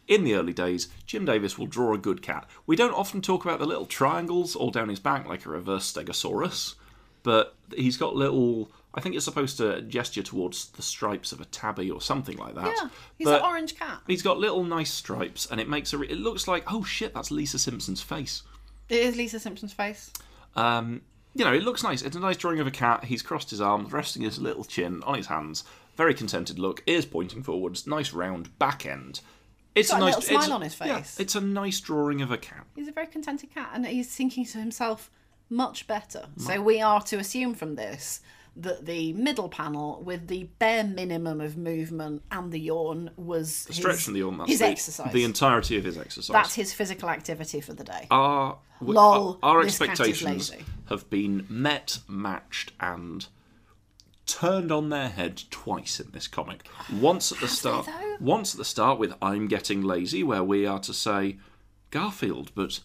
in the early days, Jim Davis will draw a good cat. We don't often talk about the little triangles all down his back like a reverse stegosaurus, but he's got little I think it's supposed to gesture towards the stripes of a tabby or something like that. Yeah, he's but an orange cat. He's got little nice stripes, and it makes a. Re- it looks like oh shit, that's Lisa Simpson's face. It is Lisa Simpson's face. Um, you know, it looks nice. It's a nice drawing of a cat. He's crossed his arms, resting his little chin on his hands. Very contented look, ears pointing forwards, nice round back end. It's got a nice little smile it's- on his yeah, face. it's a nice drawing of a cat. He's a very contented cat, and he's thinking to himself, much better. So we are to assume from this that the middle panel, with the bare minimum of movement and the yawn, was his, Stretch from the arm. That's his the, exercise. The entirety of his exercise. That's his physical activity for the day. our we- Lol, our, our this cat is expectations lazy. have been met, matched, and turned on their head twice in this comic. Once at the start, though? once at the start with "I'm getting lazy," where we are to say, "Garfield, but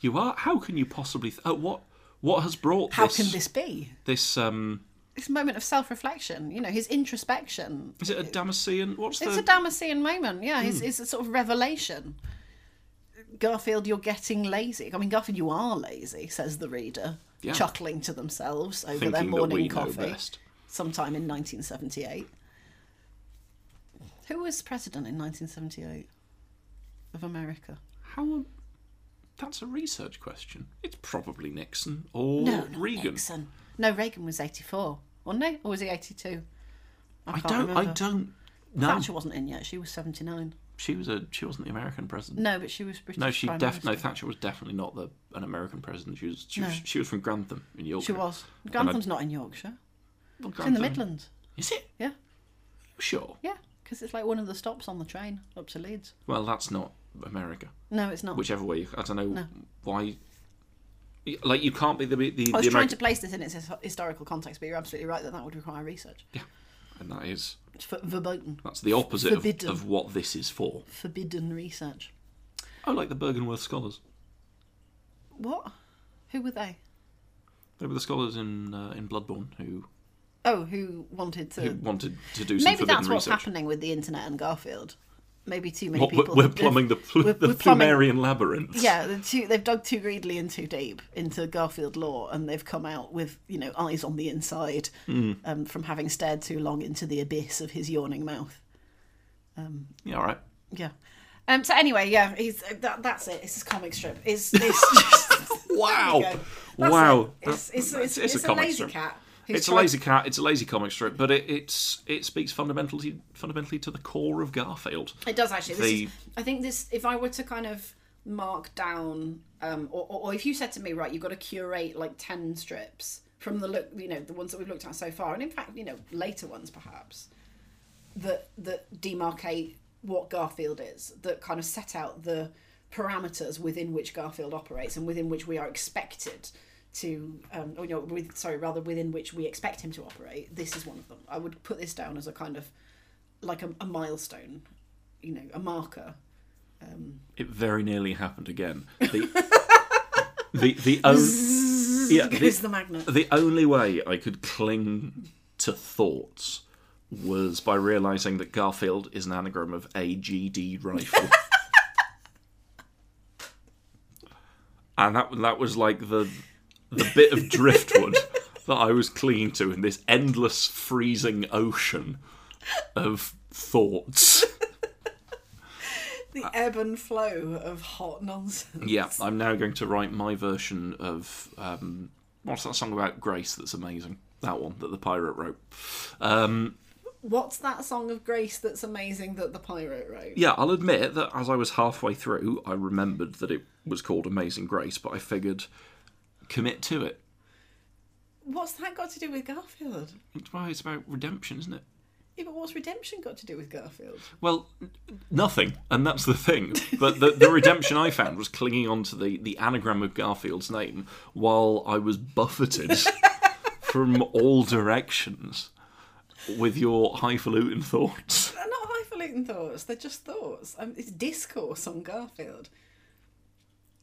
you are. How can you possibly? Th- uh, what what has brought How this, can this be? this um This moment of self-reflection, you know, his introspection. is it a Damascene? What's It's the a Damascene moment, yeah. Hmm. It's, it's a sort of revelation. Garfield, you're getting lazy. I mean, Garfield, you are lazy, says the reader, Yeah. chuckling to themselves over thinking their that we morning coffee. know best? sometime in 1978. Who was president in 1978 of America? How? That's a research question. It's probably Nixon or No, not Reagan. Nixon. No, Reagan was 84, wasn't he? Or was he 82? I can't don't. I remember. don't. No, Thatcher wasn't in yet. She was 79. she was a. She wasn't the American president. No, but she was British. No, she Prime definitely. No, Minister. Thatcher was definitely not the an American president. She was. She, was, No. she was from Grantham in Yorkshire. She was. I- Grantham's not in Yorkshire. Well, It's in the Grantham. Midlands. Is it? Yeah, You Sure. yeah. Because it's like one of the stops on the train up to Leeds. Well, that's not America. No, it's not. Whichever way, you- I don't know why. Like you can't be the the, the I was trying American. to place this in its his- historical context, but you're absolutely right that that would require research. And that is It's for, verboten, that's the opposite of, Forbidden. of what this is for. forbidden research. Oh, like the Bergenworth scholars. What? Who were they? They were the scholars in uh, in Bloodborne who Oh, who wanted to? who wanted to do some Uh, Maybe forbidden that's what's research. happening with the internet and Garfield. Maybe too many What, we're, people. we're have- plumbing the, pl- (laughs) we're- the we're plumbing- Plumerian labyrinth. Yeah, they're too, they've dug too greedily and too deep into Garfield lore, and they've come out with you know eyes on the inside Hmm. um, from having stared too long into the abyss of his yawning mouth. Yeah, all right. Yeah. Um. So anyway, yeah, he's uh, that, that's it. It's his comic strip. (laughs) It's, it's just Wow. There you go. That's Wow. it. It's, it's, it's, it's a, comic lazy strip. cat. He's it's tried- a lazy cat. It's a lazy comic strip, but it, it's it speaks fundamentally fundamentally to the core of Garfield. It does actually. This The- is, I think this. If I were to kind of mark down, um, or, or, or if you said to me, right, you've got to curate like ten strips from the look, you know, the ones that we've looked at so far, and in fact, you know, later ones perhaps, that that demarcate what Garfield is, that kind of set out the parameters within which Garfield operates and within which we are expected to, um, or, you know, with, sorry, rather within which we expect him to operate. This is one of them. I would put this down as a kind of like a, a milestone, you know, a marker. It very nearly happened again. (laughs) The the the, on- yeah, (laughs) Is the the, (laughs) magnet. the only way I could cling to thoughts was by realizing that Garfield is an anagram of AGD rifle. (laughs) and that that was like the the bit of driftwood that I was clinging to in this endless freezing ocean of thoughts. The ebb and flow of hot nonsense. Yeah, I'm now going to write my version of um, what's that song about Grace that's amazing? That one that the pirate wrote. Um, What's that song of grace that's amazing that the pirate wrote? yeah, I'll admit that as I was halfway through, I remembered that it was called Amazing Grace, but I figured commit to it. What's that got to do with Garfield? It's- Well, it's about redemption, isn't it? Yeah, but what's redemption got to do with Garfield? Well, n- nothing, and that's the thing. But the, the redemption I found was clinging on to the, the anagram of Garfield's name while I was buffeted from all directions with your highfalutin thoughts. They're not highfalutin thoughts, they're just thoughts. Um, it's discourse on Garfield.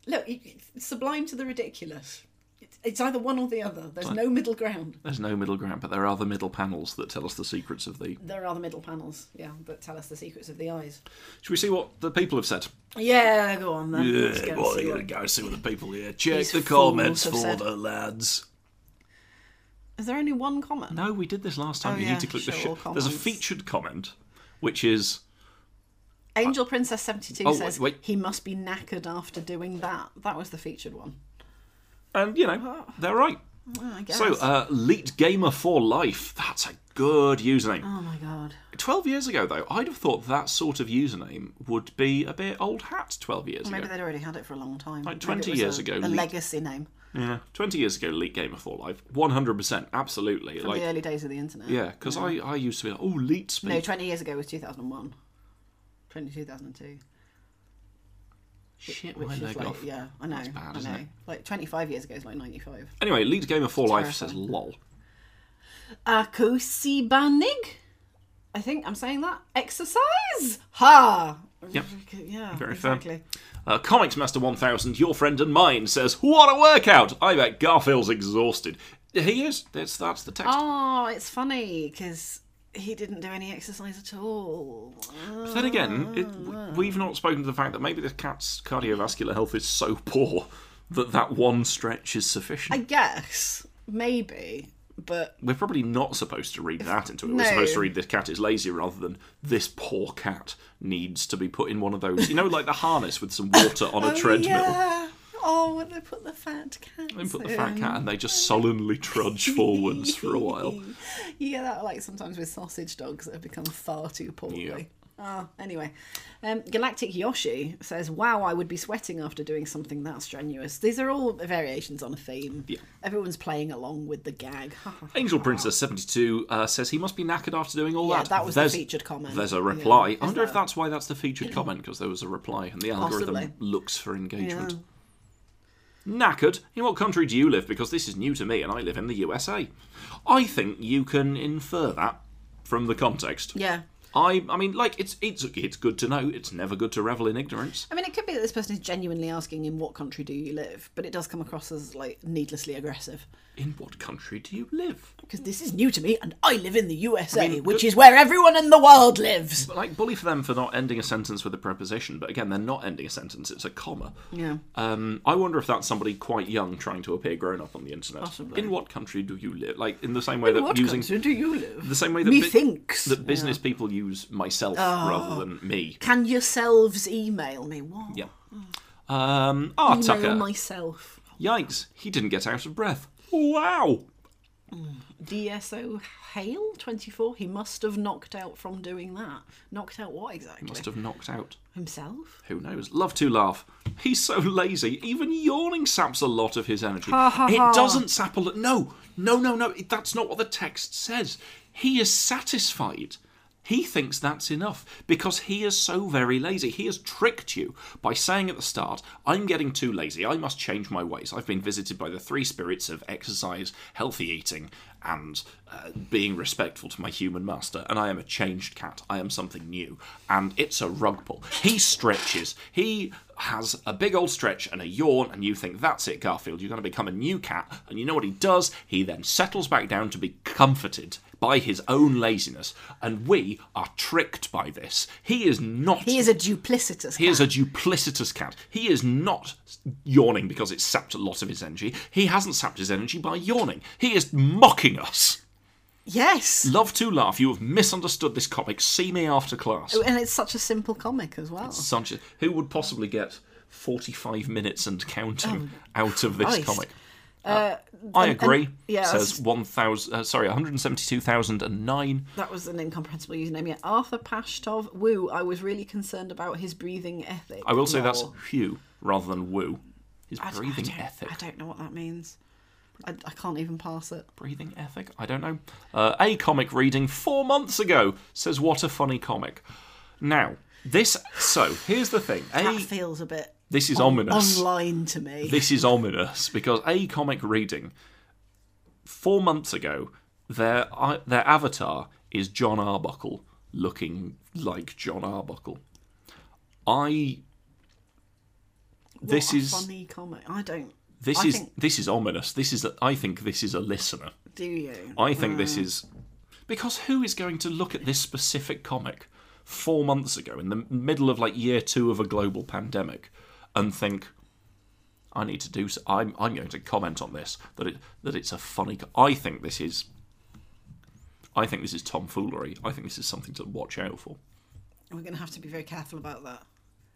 Look, you- it's sublime to the ridiculous. It's- It's either one or the other. There's no middle ground. There's no middle ground, but there are other middle panels that tell us the secrets of the. There are the middle panels, yeah, that tell us the secrets of the eyes. Should we see what the people have said? Yeah, go on then. Let's go Yeah, and well, see you what- gotta go see what the people here. Check These the fools comments have for said. the lads. Is there only one comment? No, we did this last time. Oh, you yeah, need to click the show shit. all There's a comments. featured comment, which is Angel Princess 72 Uh, Oh, wait, says wait. he must be knackered after doing that. That was the featured one. and you know they're right. Well, I guess. So, uh, Leet Gamer for Life. That's a good username. oh my god. Twelve years ago, though, I'd have thought that sort of username would be a bit old hat. Twelve years Maybe ago, they'd already had it for a long time. Maybe it 20 was years a, ago, A leaked. legacy name yeah, twenty years ago, Leet Gamer for Life. One hundred percent, absolutely. from like, the early days of the internet. yeah, because I, I used to be like, oh, Leet speak. No, 20 years ago was 2001. 20, 2002. Shit, Which my is leg like, off. yeah, I know. bad, I isn't know. it? Like 25 years ago is like 95. Anyway, Leet Gamer for Life says terrifying. lol. Akosi Banig? I think I'm saying that. Exercise? Ha! Yep. Yeah, Very fair. exactly. Uh, Comics Master 1000, your friend and mine, says, What a workout! I bet Garfield's exhausted. He is. That's, that's the text. Oh, it's funny because he didn't do any exercise at all. But then again, it, w- we've not spoken to the fact that maybe this cat's cardiovascular health is so poor that that one stretch is I sufficient. guess maybe, but We're probably not supposed to read that into it. We're No. supposed to read this cat is lazy rather than this poor cat needs to be put in one of those, you know, like the harness with some water (laughs) on a treadmill. Yeah. Oh, when they put the fat cat. They put the fat cat and they just sullenly trudge forwards for a while. (laughs) You get that like sometimes with sausage dogs that have become far too portly. Yeah. Oh, anyway, um, Galactic Yoshi says, "Wow, I would be sweating after doing something that strenuous." These are all variations on a theme. Yeah. everyone's playing along with the gag. (laughs) Angel Princess 72 uh, says he must be knackered after doing all Yeah, that. that was the featured comment. There's a Yeah. reply. Is I wonder if that- that's why that's the (clears throat) featured comment, because there was a reply and the algorithm Possibly. looks for engagement. Yeah. Knackered? In what country do you live? Because this is new to me and I live in the USA. I think you can infer that from the context. yeah. I, I mean, like it's it's it's good to know. It's never good to revel in ignorance. I mean, it could be that this person is genuinely asking, "In what country do you live?" But it does come across as like needlessly aggressive In what country do you live? because this is new to me, and I live in the USA, mean, which good- is where everyone in the world lives. But like bully for them for not ending a sentence with a preposition. But again, they're not ending a sentence. It's a comma. Yeah. Um, I wonder if that's somebody quite young trying to appear grown up on the internet. Possibly. In what country do you live? Like in the same way that what using country do you live? the same way that bu- Methinks. Ah. that business people use myself rather than me. Can yourselves email me? What? Yeah. Um, ah, Email Tucker. myself. Yikes! He didn't get out of breath. Wow. DSO Hale, 24. He must have knocked out from doing that. Knocked out what exactly? Must have knocked out. Himself? Who knows? Love to laugh. He's so lazy. Even yawning saps a lot of his energy. ha, it ha. doesn't sap a lot. No, no, no, no. It- That's not what the text says. He is satisfied. He thinks that's enough because he is so very lazy. He has tricked you by saying at the start, I'm getting too lazy. I must change my ways. I've been visited by the three spirits of exercise, healthy eating, and uh, being respectful to my human master. And I am a changed cat. I am something new. And it's a rug pull. He stretches. He has a big old stretch and a yawn, and you think, that's it, Garfield, you're going to become a new cat. And you know what he does? He then settles back down to be comforted by his own laziness. And we are tricked by this. He is not. He is a duplicitous. He is a duplicitous cat. He is not yawning because it sapped a lot of his energy. He hasn't sapped his energy by yawning. He is mocking us. yes. Love to laugh. You have misunderstood this comic. See me after class. Oh, And it's such a simple comic as well. Sanchez. Who would possibly get 45 minutes and counting out of this Christ. comic? Uh, I agree. yeah, says that's- 1,000. Uh, sorry, 172,009. That was an incomprehensible username. Yeah, Arthur Pashtov. Woo. I was really concerned about his breathing ethic. I will say that's Lol. Hugh rather than Woo. His I d- I breathing don't- ethic. I don't know what that means. I, I can't even pass it. breathing ethic? I don't know. Uh, a comic reading four months ago says, What a funny comic. Now, this. So, here's the thing. That A, feels a bit this is ominous. online to me. this is ominous because a comic reading four months ago their uh, their avatar is john arbuckle looking like john arbuckle i this What a is funny comic. I don't. this I is think- this is ominous this is a, i think this is a listener Do you? i think Hmm. this is because who is going to look at this specific comic four months ago in the middle of like year two of a global pandemic and think I need to do. So. I'm I'm going to comment on this that it that it's a funny. co- I think this is. I think this is tomfoolery. I think this is something to watch out for. We're going to have to be very careful about that.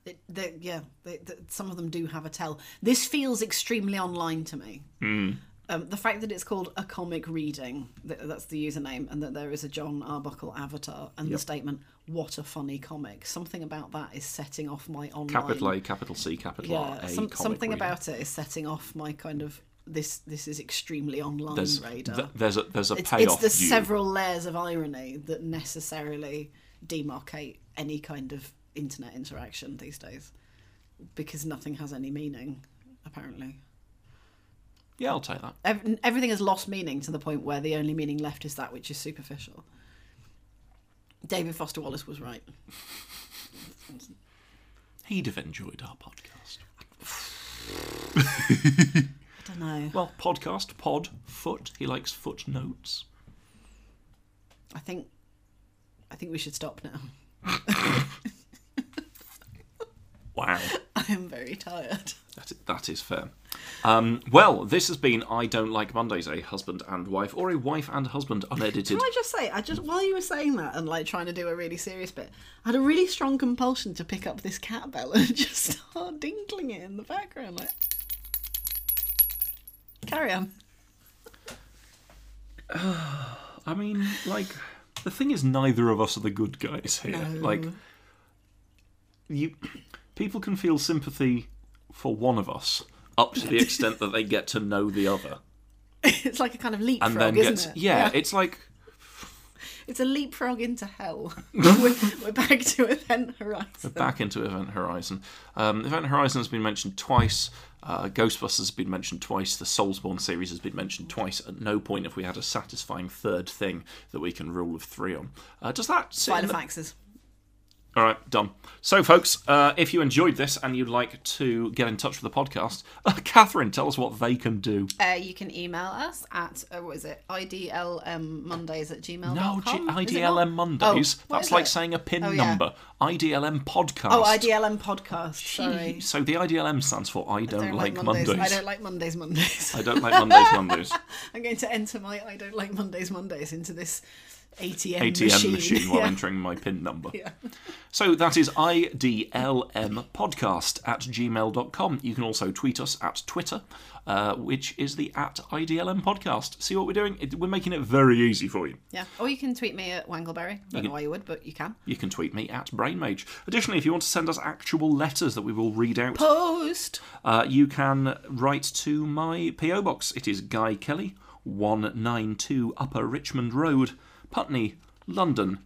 It, they, yeah, they, th some of them do have a tell. This feels extremely online to me. Hmm. Um, the fact that it's called a comic reading, th- that's the username, and that there is a John Arbuckle avatar, and the statement, what a funny comic. Something about that is setting off my online. Capital A, capital C, capital R. Yeah, A, some, comic something reading. about it is setting off my kind of this. This is extremely online there's radar. th- there's a there's a it's, it's payoff. the due. several layers of irony that necessarily demarcate any kind of internet interaction these days, because nothing has any meaning. Apparently, Yeah, I'll take that. Ev- everything has lost meaning to the point where the only meaning left is that which is superficial. David Foster Wallace was right. He'd have enjoyed our podcast. I don't know. Well, podcast, pod, foot. He likes footnotes. I think, I think we should stop now. (laughs) (laughs) Wow. I am very tired. That is, that is fair. Um, well, this has been I Don't Like Mondays, a husband and wife, or a wife and husband unedited. Can I just say, I just while you were saying that and like trying to do a really serious bit, I had a really strong compulsion to pick up this cat bell (laughs) and just start dingling it in the background. Like, carry on. (laughs) I mean, like, the thing is, neither of us are the good guys here. Like, you, people can feel sympathy for one of us up to (laughs) the extent that they get to know the other, It's like a kind of leapfrog, and then isn't gets it? yeah, it's like It's a leapfrog (laughs) into hell. (laughs) we're, we're back to Event Horizon. back into Event Horizon. Um, Event Horizon has been mentioned twice. Uh, Ghostbusters has been mentioned twice. The Soulsborne series has been mentioned twice. At no point have we had a satisfying third thing that we can rule of three on. Uh, does that sit in the- Filofaxes. All right, done. So, folks, uh, if you enjoyed this and you'd like to get in touch with the podcast, uh, (laughs) Catherine, tell us what they can do. Uh, you can email us at uh, what is it? idlmmondays at gmail. No, G- IDLM IDLM Mondays. Oh, what That's is like it? saying a pin Oh, yeah. number. IDLM podcast. Oh, IDLM podcast. Sorry. So the IDLM stands for I don't, like, Mondays. I don't like Mondays. Mondays. (laughs) I don't like Mondays. (laughs) Mondays. I'm going to enter my I don't like Mondays Mondays into this ATM, ATM machine, machine. while Yeah. entering my PIN number. Yeah. So that is idlmpodcast at gmail.com. You can also tweet us at Twitter, uh, which is the at idlm podcast. See what we're doing? It, we're making it very easy for you. Yeah. Or you can tweet me at Wangleberry. Don't know why you would, but you can. You can tweet me at BrainMage. Additionally, if you want to send us actual letters that we will read out, Post. uh, you can write to my P.O. Box. It is Guy Kelly, 192 Upper Richmond Road, Putney, London,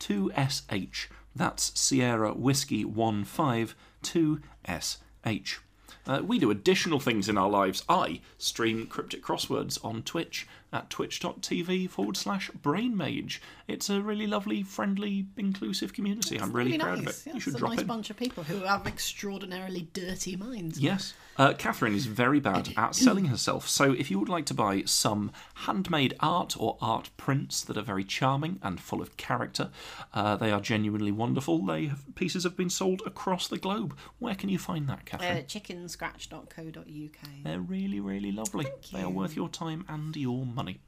SW152SH. That's Sierra Whiskey 152SH. Uh, we do additional things in our lives. I stream cryptic crosswords on Twitch at twitch.tv forward slash brainmage. It's a really lovely, friendly, inclusive community. I'm really, Really proud of nice. it. Yeah, you should it's a drop nice in. bunch of people who have extraordinarily dirty minds. Yes. Uh, Catherine is very bad at selling herself, so if you would like to buy some handmade art or art prints that are very charming and full of character, uh, they are genuinely wonderful. They have, pieces have been sold across the globe. Where can you find that, Catherine? Uh, chickenscratch.co.uk. They're really, really lovely. They are worth your time and your money.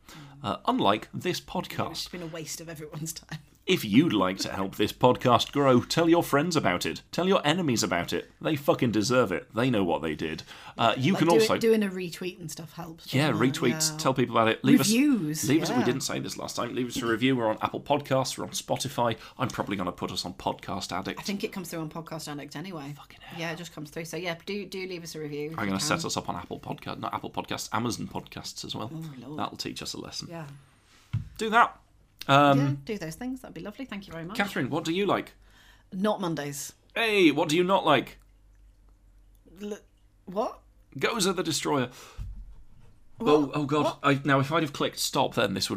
Uh, unlike this podcast, It's been a waste of everyone's time. if you'd like to help this podcast grow, tell your friends about it. Tell your enemies about it. They fucking deserve it. They know what they did. Uh, you Like can doing, also doing a retweet and stuff helps. Yeah, doesn't it? retweets. Oh, Yeah. Tell people about it. Leave Reviews, us. Leave us. We yeah. didn't say this last time. Leave us a review. We're on Apple Podcasts. We're on Spotify. I'm probably going to put us on Podcast Addict. I think it comes through on Podcast Addict anyway. Fucking hell. Yeah, it just comes through. So yeah, do do leave us a review. I'm going to set us up on Apple Podcast, not Apple Podcasts, Amazon Podcasts as well. That'll teach us a lesson. Oh, Yeah. Do that, yeah, do those things. That'd be lovely. Thank you very much. Um, Catherine. What do you like? Not Mondays. Hey, what do you not like? L- what? Gozer the Destroyer. Oh, oh God! I, now, if I'd have clicked stop, then this would.